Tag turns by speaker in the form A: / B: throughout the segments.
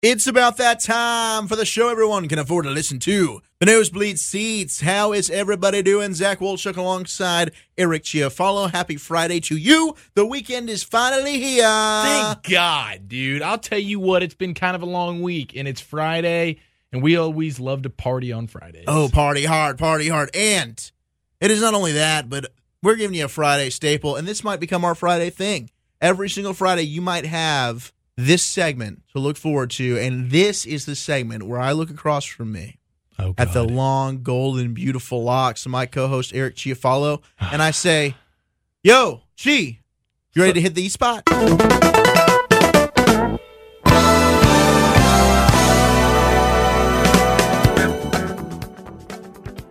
A: It's about that time for the show everyone can afford to listen to. The Nosebleed Seats. How is everybody doing? Zach Wolchuk alongside Eric Chiafalo. Happy Friday to you. The weekend is finally here. Uh,
B: Thank God, dude. I'll tell you what, it's been kind of a long week, and it's Friday, and we always love to party on Fridays.
A: Oh, party hard, party hard. And it is not only that, but we're giving you a Friday staple, and this might become our Friday thing. Every single Friday, you might have this segment to look forward to. And this is the segment where I look across from me
B: Oh,
A: at the
B: God.
A: long, golden, beautiful locks of my co host, Eric Chiafalo, and I say, Yo, Chi, you ready to hit the E spot?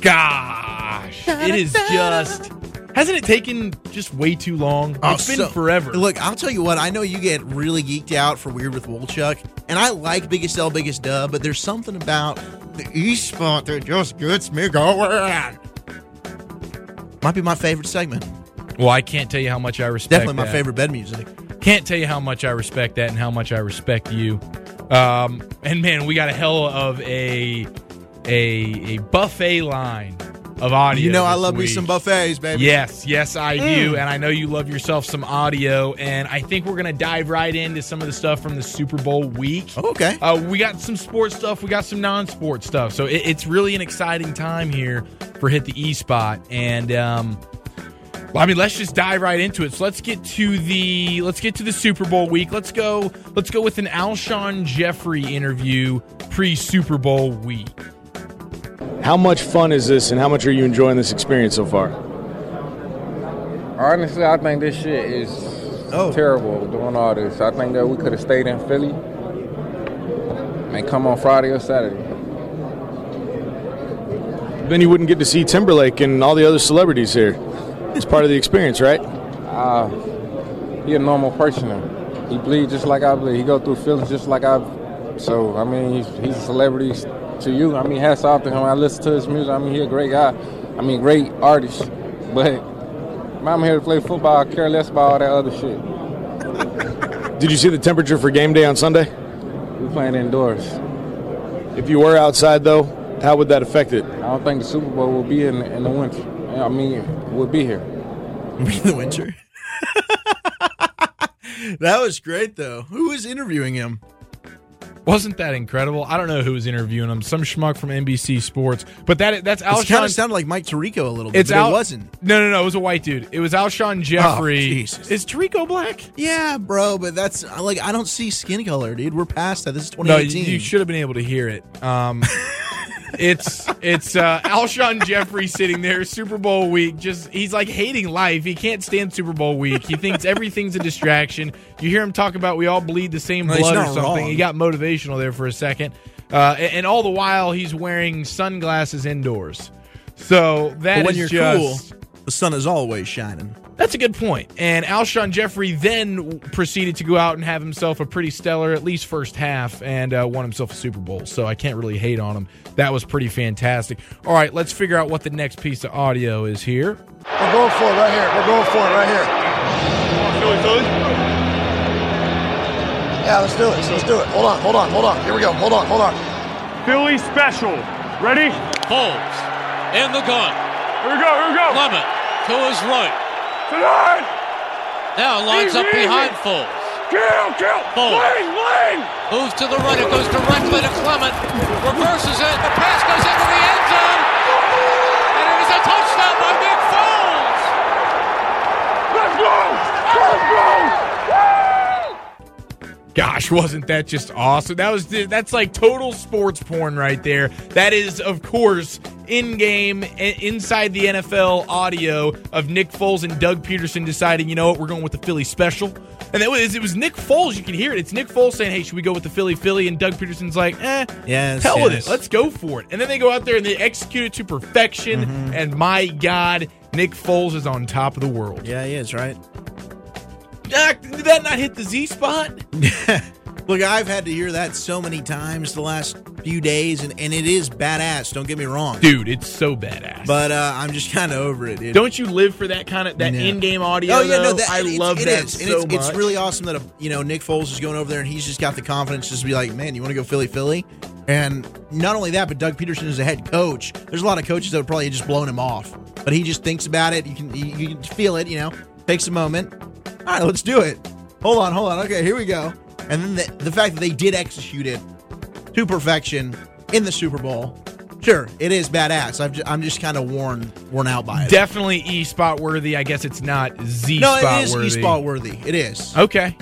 B: gosh, it is just. Hasn't it taken just way too long?
A: Oh,
B: it's been
A: so-
B: forever.
A: Look, I'll tell you what, I know you get really geeked out for Weird with Wolchuk, and I like Biggest L, Biggest Dub, but there's something about the E spot that just gets me going. Might be my favorite segment.
B: well, I can't tell you how much I respect.
A: Definitely my
B: that.
A: favorite bed music.
B: Can't tell you how much I respect that and how much I respect you. Um, and man, we got a hell of a a a buffet line of audio.
A: You know, I
B: this
A: love me
B: week.
A: some buffets, baby.
B: Yes, yes, I do. And I know you love yourself some audio. And I think we're going to dive right into some of the stuff from the Super Bowl week.
A: Okay.
B: Uh, we got some sports stuff, we got some non sports stuff. So it, it's really an exciting time here for Hit the E Spot. And, um, well, I mean, let's just dive right into it. So let's get to the let's get to the Super Bowl week. Let's go. Let's go with an Alshon Jeffrey interview pre Super Bowl week.
C: How much fun is this, and how much are you enjoying this experience so far?
D: Honestly, I think this shit is
A: Oh.
D: terrible doing all this. I think that we could have stayed in Philly and come on Friday or Saturday.
C: Then you wouldn't get to see Timberlake and all the other celebrities here. It's part of the experience, right?
D: He a normal person. He bleed just like I bleed. He go through feelings just like I. So I mean, he's, he's a celebrity to you. I mean, hats off to him. I listen to his music. I mean, he a great guy. I mean, great artist. But I'm here to play football. I care less about all that other shit.
C: Did you see the temperature for game day on Sunday?
D: We playing indoors.
C: If you were outside, though, how would that affect it?
D: I don't think the Super Bowl will be in in the winter. I mean, we'll be here.
A: Be the Winter. that was great, though. Who was interviewing him?
B: Wasn't that incredible? I don't know who was interviewing him. Some schmuck from NBC Sports, but that that's
A: It kind
B: Alshon.
A: of sounded like Mike Tirico a little bit.
B: it's
A: but
B: Al-
A: it wasn't. Oh,
B: No, no, no. It was a white dude. It was Alshon Jeffrey.
A: Jesus.
B: Is Tarico black?
A: Yeah, bro, but that's like I don't see skin color, dude. We're past that. This is
B: No,
A: 2018.
B: you, you should have been able to hear it. Um, it's it's uh, Alshon Jeffrey sitting there Super Bowl week. Just he's like hating life. He can't stand Super Bowl week. He thinks everything's a distraction. You hear him talk about we all bleed the same
A: No, he's
B: blood or
A: not
B: something.
A: wrong.
B: He got motivational there for a second, uh, and, and all the while he's wearing sunglasses indoors. So that
A: But when
B: is
A: you're
B: just-
A: cool, the sun is always shining.
B: That's a good point. And Alshon Jeffrey then proceeded to go out and have himself a pretty stellar, at least first half, and uh, won himself a Super Bowl. So I can't really hate on him. That was pretty fantastic. All right, let's figure out what the next piece of audio is here.
E: We're going for it right here. We're going for it right here. Yeah, let's do it. Let's do it. Hold on, hold on, hold on. Here we go. Hold on, hold on.
F: Philly special. Ready?
G: Holmes in the gun.
F: Here we go, here we go.
G: Clement to his right.
F: Tonight,
G: Now lines up
F: Easy,
G: behind
F: easy.
G: Foles.
F: kill, kill.
G: Ball.
F: Lane, lane.
G: Moves to the right. It goes directly to Clement. Reverses it. The pass goes into the end zone. And it is a touchdown by Nick Foles.
F: Let's go. Let's go.
B: Gosh, wasn't that just awesome? That was that's like total sports porn right there. That is, of course, in-game, i- inside the NFL audio of Nick Foles and Doug Peterson deciding, you know what, we're going with the Philly special. And that was it was Nick Foles. You can hear it. It's Nick Foles saying, "Hey, should we go with the Philly Philly?" And Doug Peterson's like, "Eh,
A: Yes,
B: hell with
A: yes.
B: it. Let's go for it." And then they go out there and they execute it to perfection.
A: Mm-hmm.
B: And my God, Nick Foles is on top of the world.
A: Yeah, he is right.
B: Doc, did that not hit the Z spot?
A: Look, I've had to hear that so many times the last few days, and, and it is badass. Don't get me wrong.
B: Dude, it's so badass.
A: But uh, I'm just kind of over it. dude.
B: Don't you live for that kind of that
A: No.
B: in-game
A: Oh,
B: audio? though? I
A: it- it's-
B: love
A: it
B: that
A: is.
B: so
A: and it's,
B: much.
A: it's really awesome that uh, you know Nick Foles is going over there and he's just got the confidence just to be like, man, you want to go Philly, Philly, and not only that, but Doug Peterson is a head coach. There's a lot of coaches that would probably just blown him off, but he just thinks about it. You can you, you can feel it. You know, takes a moment. All right, let's do it. Hold on, hold on. Okay, here we go. And then the, the fact that they did execute it to perfection in the Super Bowl. Sure, it is badass. I've ju- I'm just kind of worn worn out by it.
B: definitely e spot worthy. I guess it's not z
A: no,
B: spot
A: it is
B: worthy.
A: e-spot worthy. It is.
B: Okay.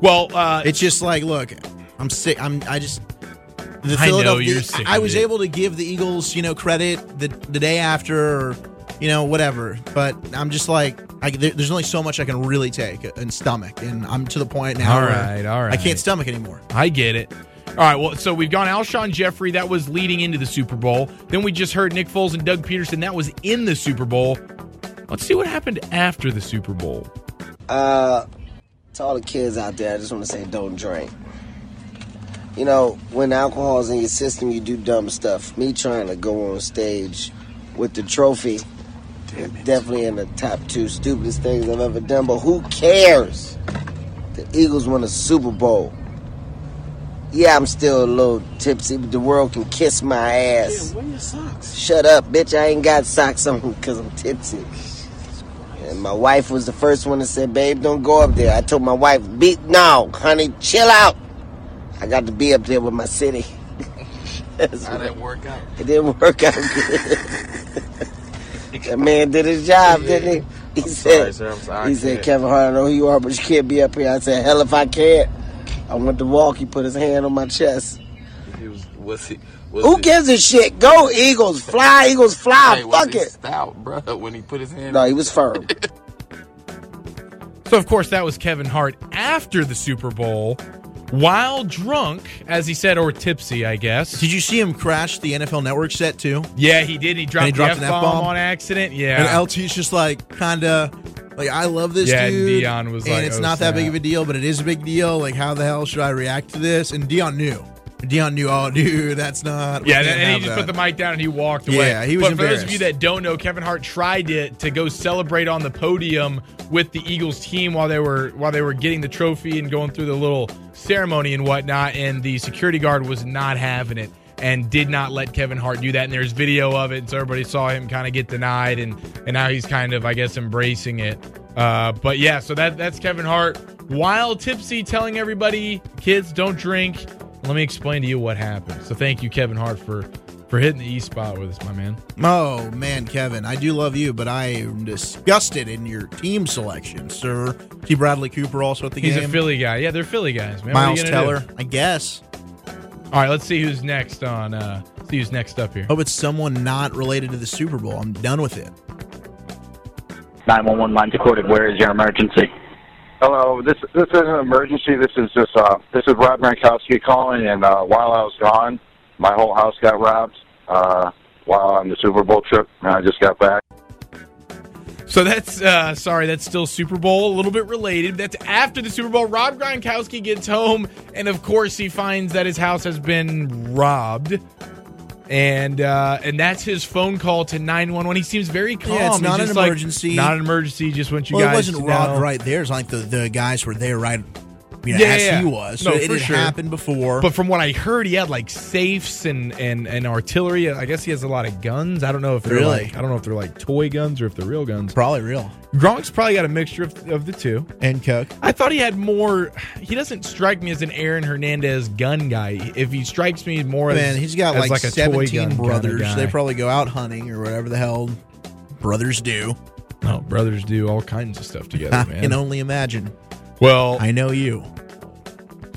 B: Well, uh,
A: It's just like, look, I'm sick. I'm. I just. The
B: I know,
A: Philadelphia-
B: you're sick
A: I, I
B: of
A: was
B: it.
A: able to give the Eagles, you know, credit the the day after, or you know, whatever. But I'm just like, I, there, there's only so much I can really take and stomach, and I'm to the point now.
B: All
A: where
B: right, all
A: I
B: right.
A: can't stomach anymore.
B: I get it. All right, well, so we've gone Alshon Jeffrey. That was leading into the Super Bowl. Then we just heard Nick Foles and Doug Peterson. That was in the Super Bowl. Let's see what happened after the Super Bowl.
H: Uh, to all the kids out there, I just want to say don't drink. You know, when alcohol's in your system, you do dumb stuff. Me trying to go on stage with the trophy, definitely in the top two stupidest things I've ever done. But who cares? The Eagles won a Super Bowl. Yeah, I'm still a little tipsy, but the world can kiss my ass. Shut up, bitch. I ain't got socks on because I'm tipsy. And my wife was the first one to say, babe, don't go up there. I told my wife, beat no, honey, chill out. I got to be up there with my city. How did it work out? It didn't work out good. that man did his job, didn't he? He said, he said, Kevin Hart, I know who you are, but you can't be up here. I said, hell if I can. I went to walk. He put his hand on my chest.
I: He was was he
H: Who gives a shit? Go Eagles, fly Eagles,
E: Ah,
H: fly. Fuck it.
I: stout, bro? When he put his hand
H: No, he was firm.
B: So, of course, that was Kevin Hart after the Super Bowl, while drunk, as he said, or tipsy, I guess.
A: Did you see him crash the NFL Network set too?
B: yeah, he did. He dropped,
A: And he dropped
B: the
A: an
B: F-bomb,
A: F-bomb?
B: on accident.
A: And
B: Yeah.
A: LT's just like kind of like I love this
B: Yeah, and
A: dude.
B: Dion was
A: and
B: like,
A: it's
B: "Oh,
A: not that big
B: snap."
A: of a deal, but it is a big deal. Like how the hell should I react to this? And Dion knew. Dion knew. Oh, dude, that's not. we
B: yeah,
A: can't
B: and he
A: have
B: just
A: that."
B: put the mic down and he walked away.
A: Yeah, he was
B: But for those of you
A: embarrassed.
B: that don't know, Kevin Hart tried to, to go celebrate on the podium with the Eagles team while they were while they were getting the trophy and going through the little ceremony and whatnot, and the security guard was not having it and did not let Kevin Hart do that. And there's video of it, and so everybody saw him kind of get denied, and and now he's kind of I guess embracing it. Uh, but yeah, so that that's Kevin Hart while tipsy telling everybody, kids don't drink. Let me explain to you what happened. So thank you, Kevin Hart, for for hitting the E spot with us, my man.
A: Oh man, Kevin, I do love you, but I am disgusted in your team selection, sir. See Bradley Cooper also at the
B: He's
A: game.
B: a Philly guy. Yeah, they're Philly guys, man. What are you
A: Miles
B: gonna do?
A: Teller, I guess.
B: All right, let's see who's next on. uh See who's next up here.
A: Hope it's someone not related to the Super Bowl. I'm done with it.
J: 911 line quoted. Where is your emergency?
C: Hello, this this isn't an emergency. This is just uh, this is Rob Gronkowski calling, and uh, while I was gone, my whole house got robbed uh, while on the Super Bowl trip, and I just got back.
B: So that's uh sorry, that's still Super Bowl, a little bit related. That's after the Super Bowl. Rob Gronkowski gets home, and of course he finds that his house has been robbed. And uh, and that's his phone call to nine one one. He seems very calm.
A: Yeah, it's
B: He's
A: not an
B: just like,
A: emergency.
B: not an emergency. Just want you
A: well,
B: guys.
A: it wasn't
B: to
A: robbed
B: know.
A: right there. It's like the, the guys were there right, you know,
B: Yeah,
A: as
B: yeah,
A: he
B: yeah.
A: was.
B: No,
A: So it
B: for
A: had
B: sure.
A: happened before.
B: But from what I heard, he had like safes and and and artillery. I guess he has a lot of guns. I don't know if they're
A: Really?
B: like I don't know if they're like toy guns or if they're real guns.
A: probably real.
B: Gronk's probably got a mixture of, of the two.
A: And Cook.
B: I thought he had more. He doesn't strike me as an Aaron Hernandez gun guy. If he strikes me more as
A: Man, he's got
B: as
A: like,
B: a toy
A: 17
B: gun kinda
A: brothers.
B: guy.
A: They probably go out hunting or whatever the hell brothers do.
B: oh, brothers do all kinds of stuff together,
A: I
B: Oh, man.
A: can only imagine.
B: well,
A: I know you.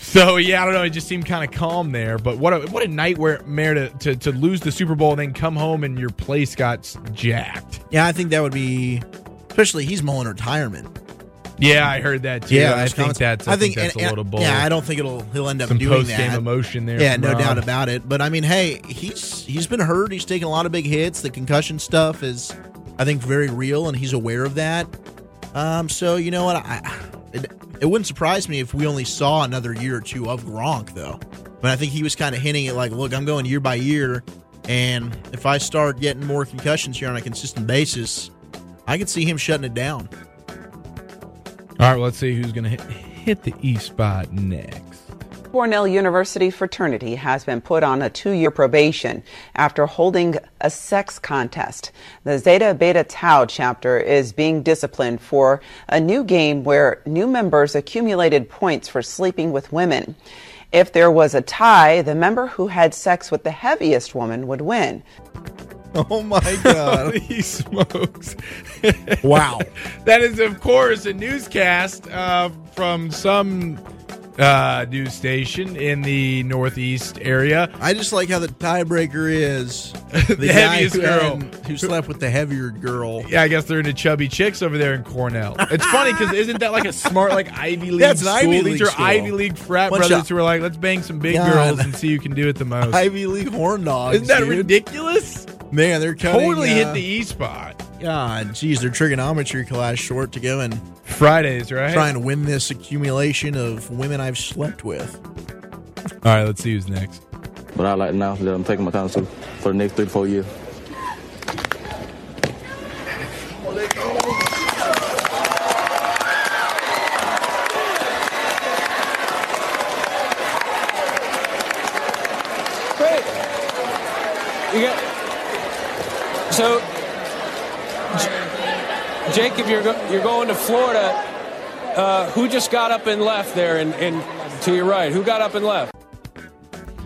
B: So yeah, I don't know. It just seemed kind of calm there. But what a what a nightmare to, to to lose the Super Bowl and then come home and your place got s- jacked.
A: Yeah, I think that would be, especially he's mulling retirement.
B: Yeah, I heard that too. I
A: those
B: think
A: comments-
B: that's I, think, that's
A: and-
B: a
A: and-
B: little bold.
A: Yeah, I don't think it'll he'll end up
B: some
A: doing
B: post game
A: that.
B: emotion there.
A: Yeah,
B: from uh,
A: no
B: Rob.
A: doubt about it. But I mean, hey, he's he's been hurt. He's taken a lot of big hits. The concussion stuff is, I think, very real, and he's aware of that. Um, so you know what? I, It, it wouldn't surprise me if we only saw another year or two of Gronk, though. But I think he was kind of hinting at, like, look, I'm going year by year, and if I start getting more concussions here on a consistent basis, I could see him shutting it down.
B: All right, well, let's see who's going to hit, hit the E spot next.
K: Cornell University fraternity has been put on a two year probation after holding a sex contest. The Zeta Beta Tau chapter is being disciplined for a new game where new members accumulated points for sleeping with women. If there was a tie, the member who had sex with the heaviest woman would win.
A: Oh my God.
B: he smokes.
A: Wow.
B: that is, of course, a newscast uh, from some uh, news station in the Northeast area.
A: I just like how the tiebreaker is the, guy
B: heaviest
A: who,
B: girl.
A: who slept with the heavier girl.
B: Yeah, I guess they're into chubby chicks over there in Cornell. It's funny because isn't that like a smart like Ivy League
A: That's an
B: school?
A: Ivy
B: These
A: League
B: are
A: school.
B: Ivy League frat
A: Bunch
B: brothers
A: of-
B: who are like, let's bang some big
A: God.
B: girls and see who can do it the most.
A: Ivy League horn dogs.
B: isn't that
A: dude.
B: ridiculous?
A: Man, they're cutting,
B: Totally
A: uh,
B: hit the E spot.
A: God, geez, their trigonometry class short to go and
B: Fridays, right?
A: try and win this accumulation of women I've slept with.
B: All right, let's see who's next.
I: But I like now that I'm taking my time to for the next three to four years.
L: Wait. You got so J- Jacob, you're go- you're going to Florida. Uh, who just got up and left there, and, and to your right, who got up and left?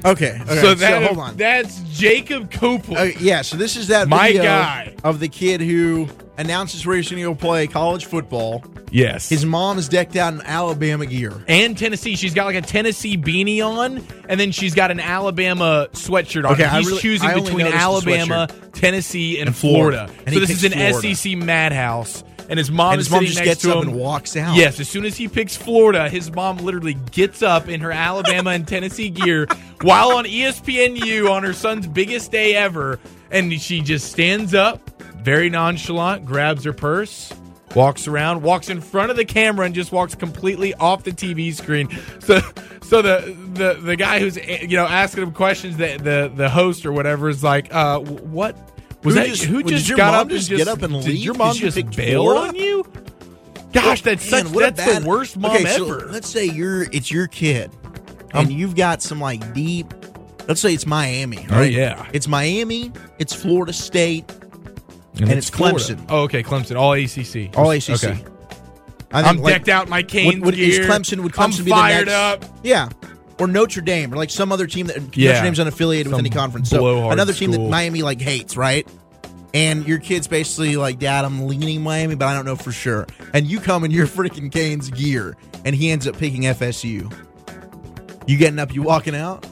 A: Okay, okay,
B: so that
A: hold on.
B: that's Jacob Copeland.
A: Okay, yeah, so this is that
B: My
A: video
B: guy.
A: of the kid who announces where he's going to go play college football.
B: yes.
A: His mom's decked out in Alabama gear.
B: and Tennessee. She's got like a Tennessee beanie on, and then she's got an Alabama sweatshirt on.
A: Okay, I
B: He's
A: really-
B: choosing
A: I only
B: between
A: noticed the
B: Alabama, Tennessee, and,
A: And Florida.
B: Florida.
A: And he
B: so this is an
A: picks Florida.
B: SEC madhouse, and his mom
A: and
B: is
A: his mom
B: sitting
A: just
B: next
A: gets
B: to
A: up
B: him.
A: and walks out.
B: Yes, as soon as he picks Florida, his mom literally gets up in her Alabama and Tennessee gear while on E ESPNU on her son's biggest day ever. And she just stands up, very nonchalant, grabs her purse, walks around, walks in front of the camera, and just walks completely off the TV screen. So, so the the, the guy who's eh, you know asking him questions, the the, the host or whatever is like, uh, wh- what was
A: Who
B: that?
A: just-
B: who
A: did
B: just
A: your
B: got
A: mom
B: up?
A: just get up and
B: did
A: leave
B: Your
A: 'cause
B: mom
A: you
B: just
A: picked
B: bail
A: Florida?
B: on you? Gosh, that's
A: Man,
B: such,
A: what a
B: that's
A: bad-
B: the worst mom
A: okay, so
B: ever. Um,
A: let's say you're it's your kid, and you've got some like deep. Let's say it's Miami.
B: Oh,
A: right?
B: yeah.
A: it's Miami. It's Florida State. and it's
B: Florida.
A: Clemson.
B: Oh, okay, Clemson, all ACC,
A: All ACC.
B: Okay.
A: I
B: I'm
A: think, like,
B: decked out in my cane
A: Would, would, is
B: gear.
A: Clemson would Clemson
B: I'm
A: be
B: fired
A: the next,
B: up?
A: Yeah, or Notre Dame or like some other team that Notre
B: Yeah.
A: Dame's unaffiliated with
B: Some
A: any conference. So
B: blowhard
A: another team that
B: school.
A: Miami like hates, right? And your kid's basically like, Dad, I'm leaning Miami, but I don't know for sure. And you come in your freaking Canes gear, and he ends up picking FSU. You getting up? You walking out?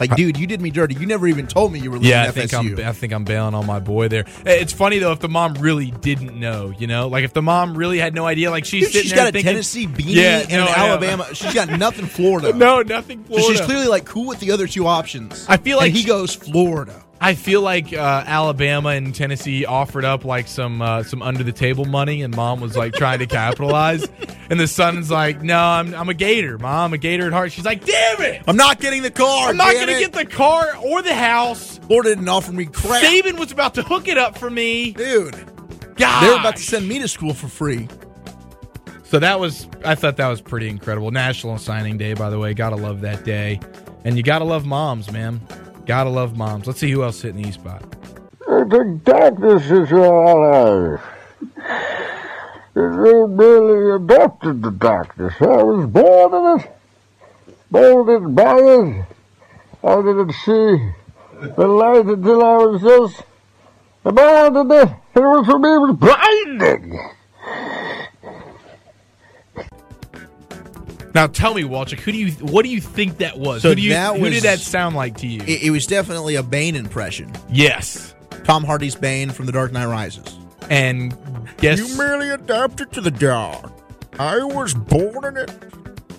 A: Like, dude, you did me dirty. You never even told me you were leaving
B: Yeah, I
A: FSU.
B: think I'm I think I'm bailing on my boy there. Eh, It's funny though if the mom really didn't know, you know, like if the mom really had no idea, like she's
A: Dude,
B: sitting
A: she's
B: there
A: got a
B: thinking,
A: Tennessee beanie
B: Yeah,
A: and
B: no,
A: an
B: I know.
A: Alabama. She's got nothing Florida.
B: No, nothing.
A: So
B: Florida.
A: she's clearly like cool with the other two options.
B: I feel like
A: and he
B: she-
A: goes Florida.
B: I feel like uh, Alabama and Tennessee offered up like some uh, some under the table money, and mom was like trying to capitalize, and the son's like, "No, I'm I'm a Gator, mom, I'm a Gator at heart." She's like, "Damn it,
A: I'm not getting the car.
B: I'm not
A: damn
B: gonna
A: it.
B: get the car or the house."
A: Florida didn't offer me crap,
B: Saban was about to hook it up for me.
A: dude. Ah,
B: God,
A: They were about to send me to school for free.
B: So that was, I thought that was pretty incredible. National Signing Day, by the way. Gotta love that day. And you gotta love moms, man. Gotta love moms. Let's see who else hit in the E spot.
M: The darkness is all ours. They merely adopted the darkness. I was born in it, molded by it. I didn't see the light until I was just about in it. It was for me, it was blinding.
B: Now tell me, Walchuk, who do you, what do you think that was?
A: So
B: who, do you,
A: that
B: who
A: was-
B: did that sound like to you?
A: It, it was definitely a Bane impression.
B: yes.
A: Tom Hardy's Bane from The Dark Knight Rises.
B: And guess
M: merely adapted to the dark. I was born in it,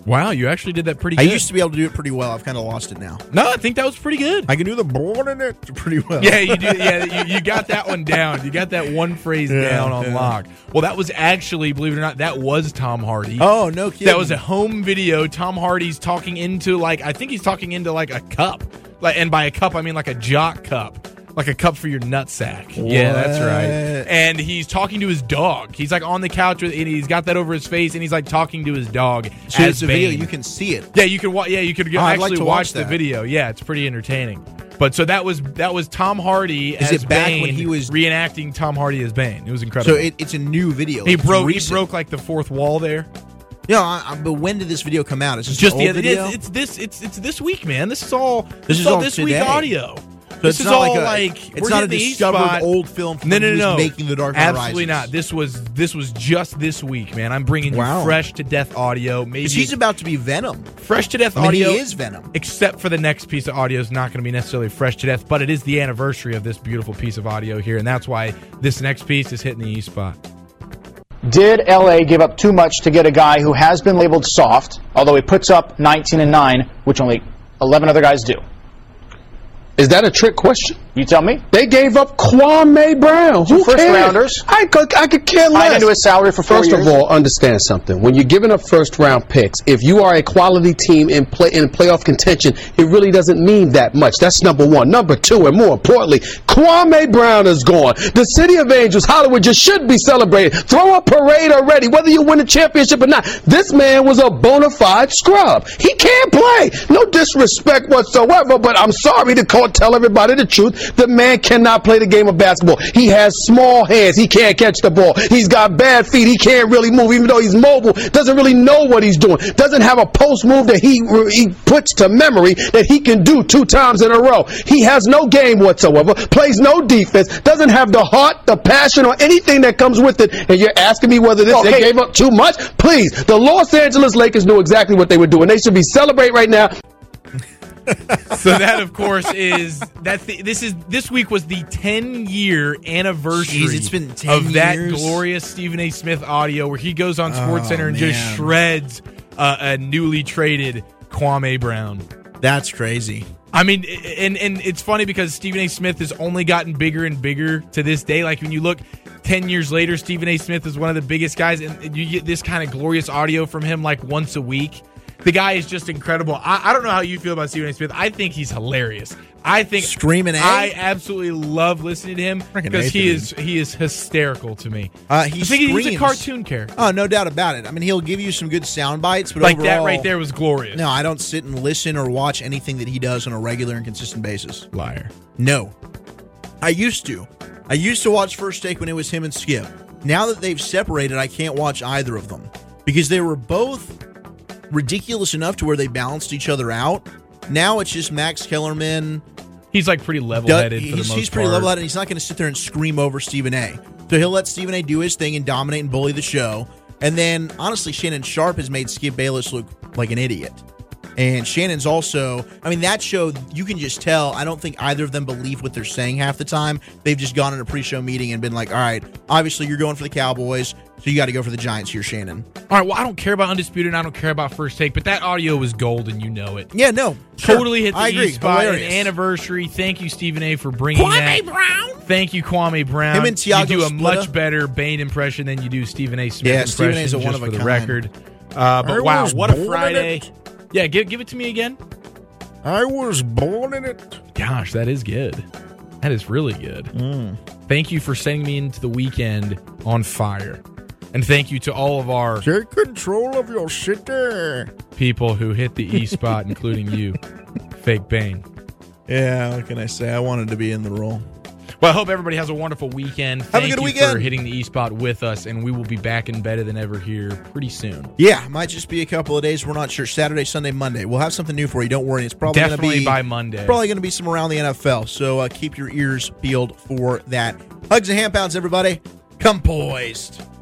B: Wow, you actually did that pretty
A: I
B: good.
A: used to be able to do it pretty well. I've kind of lost it now.
B: No, I think that was pretty good.
A: I can do the born in it pretty well.
B: Yeah, you do. Yeah, you, you got that one down. You got that one phrase
A: Yeah,
B: down on
A: yeah.
B: lock. Well, that was actually, believe it or not, that was Tom Hardy.
A: Oh, no kidding.
B: That was a home video. Tom Hardy's talking into like I think he's talking into like a cup. Like, and by a cup I mean like a jock cup. Like a cup for your nutsack. Yeah, that's right.
A: What?
B: And he's talking to his dog. He's like on the couch with, and he's got that over his face, and he's like talking to his dog.
A: So
B: as
A: it's a video.
B: Bane.
A: You can see it.
B: Yeah, you could watch. Yeah, you could
A: Oh, I'd like
B: actually
A: to
B: watch,
A: watch
B: the
A: that.
B: video. Yeah, it's pretty entertaining. But so that was that was Tom Hardy.
A: Is
B: as
A: it back
B: Bane,
A: when he was-
B: reenacting Tom Hardy as Bane? It was incredible.
A: So it, it's a new video.
B: he
A: It's
B: broke he
A: recent.
B: broke like the fourth wall there.
A: No, I, I, but when did this video come out? Is this
B: Just
A: an
B: the
A: old
B: other it
A: video?
B: is, it's this it's it's this week, man. This is all this,
A: is all
B: this
A: today.
B: week audio.
A: So
B: this
A: it's
B: is
A: not
B: all
A: like
B: like,
A: a- it's
B: we're
A: not a
B: hitting the E
A: discovered
B: spot.
A: old film from
B: No,
A: when
B: no,
A: he
B: no,
A: was
B: no.
A: making The Dark Knight
B: Absolutely
A: Rises.
B: not. This was this was just this week, man. I'm bringing you
A: Wow.
B: fresh to death audio. Maybe
A: 'Cause he's about to be Venom.
B: fresh to death
A: I mean,
B: audio
A: he is Venom.
B: except for the next piece of audio is not going to be necessarily fresh to death but it is the anniversary of this beautiful piece of audio here and that's why this next piece is hitting the e spot
N: Did LA give up too much to get a guy who has been labeled soft, although he puts up 19 and 9, which only 11 other guys do?
O: Is that a trick question?
N: You tell me.
O: They gave up Kwame Brown. Who
N: first
O: cares?
N: rounders.
O: I could, I could care less.
N: Tied into his salary for four
O: First
N: years.
O: of all, understand something. When you're giving up first round picks, if you are a quality team in play in playoff contention, it really doesn't mean that much. That's number one. Number two, and more importantly, Kwame Brown is gone. The city of Angels, Hollywood, just should be celebrating. Throw a parade already, whether you win a championship or not. This man was a bona fide scrub. He can't play. No disrespect whatsoever, but I'm sorry to call, tell everybody the truth. The man cannot play the game of basketball. He has small hands. He can't catch the ball. He's got bad feet. He can't really move, even though he's mobile. Doesn't really know what he's doing. Doesn't have a post move that he he puts to memory that he can do two times in a row. He has no game whatsoever. Plays no defense. Doesn't have the heart, the passion, or anything that comes with it. And you're asking me whether this they
N: Okay.
O: gave up too much? Please, the Los Angeles Lakers knew exactly what they were doing. They should be celebrating right now.
B: so that of course is that's the this is this week was the 10 year anniversary
A: Jeez, it's been 10
B: of that
A: years.
B: glorious Stephen A Smith audio where he goes on
A: Oh,
B: SportsCenter and
A: man.
B: just shreds uh, a newly traded Kwame Brown
A: That's crazy.
B: I mean, and and it's funny because Stephen A. Smith has only gotten bigger and bigger to this day. Like when you look ten years later, Stephen A. Smith is one of the biggest guys, and you get this kind of glorious audio from him like once a week. The guy is just incredible. I, I don't know how you feel about Stephen A. Smith. I think he's hilarious. I think
A: Screaming A?
B: I absolutely love listening to him because he
A: A
B: is he is hysterical to me.
A: Uh, he
B: I think he's a
A: screams.
B: cartoon character.
A: Oh, no doubt about it. I mean, he'll give you some good sound bites, but
B: Like that
A: overall-
B: right there was glorious.
A: No, I don't sit and listen or watch anything that he does on a regular and consistent basis.
B: Liar.
A: No. I used to. I used to watch First Take when it was him and Skip. Now that they've separated, I can't watch either of them because they were both ridiculous enough to where they balanced each other out. Now it's just Max Kellerman.
B: He's like pretty level headed for the
A: he's,
B: most
A: he's pretty
B: part.
A: level headed. He's not going to sit there and scream over Stephen A. So he'll let Stephen A. do his thing and dominate and bully the show. And then, honestly, Shannon Sharp has made Skip Bayless look like an idiot. And Shannon's also, I mean, that show, you can just tell. I don't think either of them believe what they're saying half the time. They've just gone in a pre show meeting and been like, all right, obviously you're going for the Cowboys, so you got to go for the Giants here, Shannon.
B: All right, well, I don't care about Undisputed and I don't care about First Take, but that audio was gold and you know it.
A: Yeah, no. sure.
B: Totally hit the
A: I
B: E
A: agree.
B: spot. An
A: Hilarious.
B: anniversary. Thank you, Stephen A, for bringing
A: Kwame
B: that. Brown. Thank you, Kwame Brown.
A: Him and Tiago
B: You do a
A: Splitta.
B: much better Bane impression than you do Stephen A. Smith
A: Yeah,
B: impression,
A: Stephen A's a
B: just
A: one of
B: for
A: a
B: the
A: kind.
B: record. Uh,
A: I
B: but wow,
A: was
B: what a
A: born in
B: Friday.
A: it.
B: Yeah, give, give it to me again.
A: I was born in it.
B: Gosh, that is good. That is really good.
A: Mm.
B: Thank you for sending me into the weekend on fire. And thank you to all of our
A: Take control of your city.
B: people who hit the E spot, including you, Fake Bane.
A: Yeah, what can I say? I wanted to be in the role.
B: Well, I hope everybody has a wonderful weekend.
A: Have a
B: Thank
A: good
B: you
A: weekend.
B: for hitting the E spot with us, and we will be back in better than ever here pretty soon.
A: Yeah, might just be a couple of days. We're not sure. Saturday, Sunday, Monday. We'll have something new for you. Don't worry. It's probably gonna
B: Definitely
A: be-
B: by Monday.
A: Probably going to be some around the NFL. So uh, keep your ears peeled for that. Hugs and hand pounds, everybody. Come poised.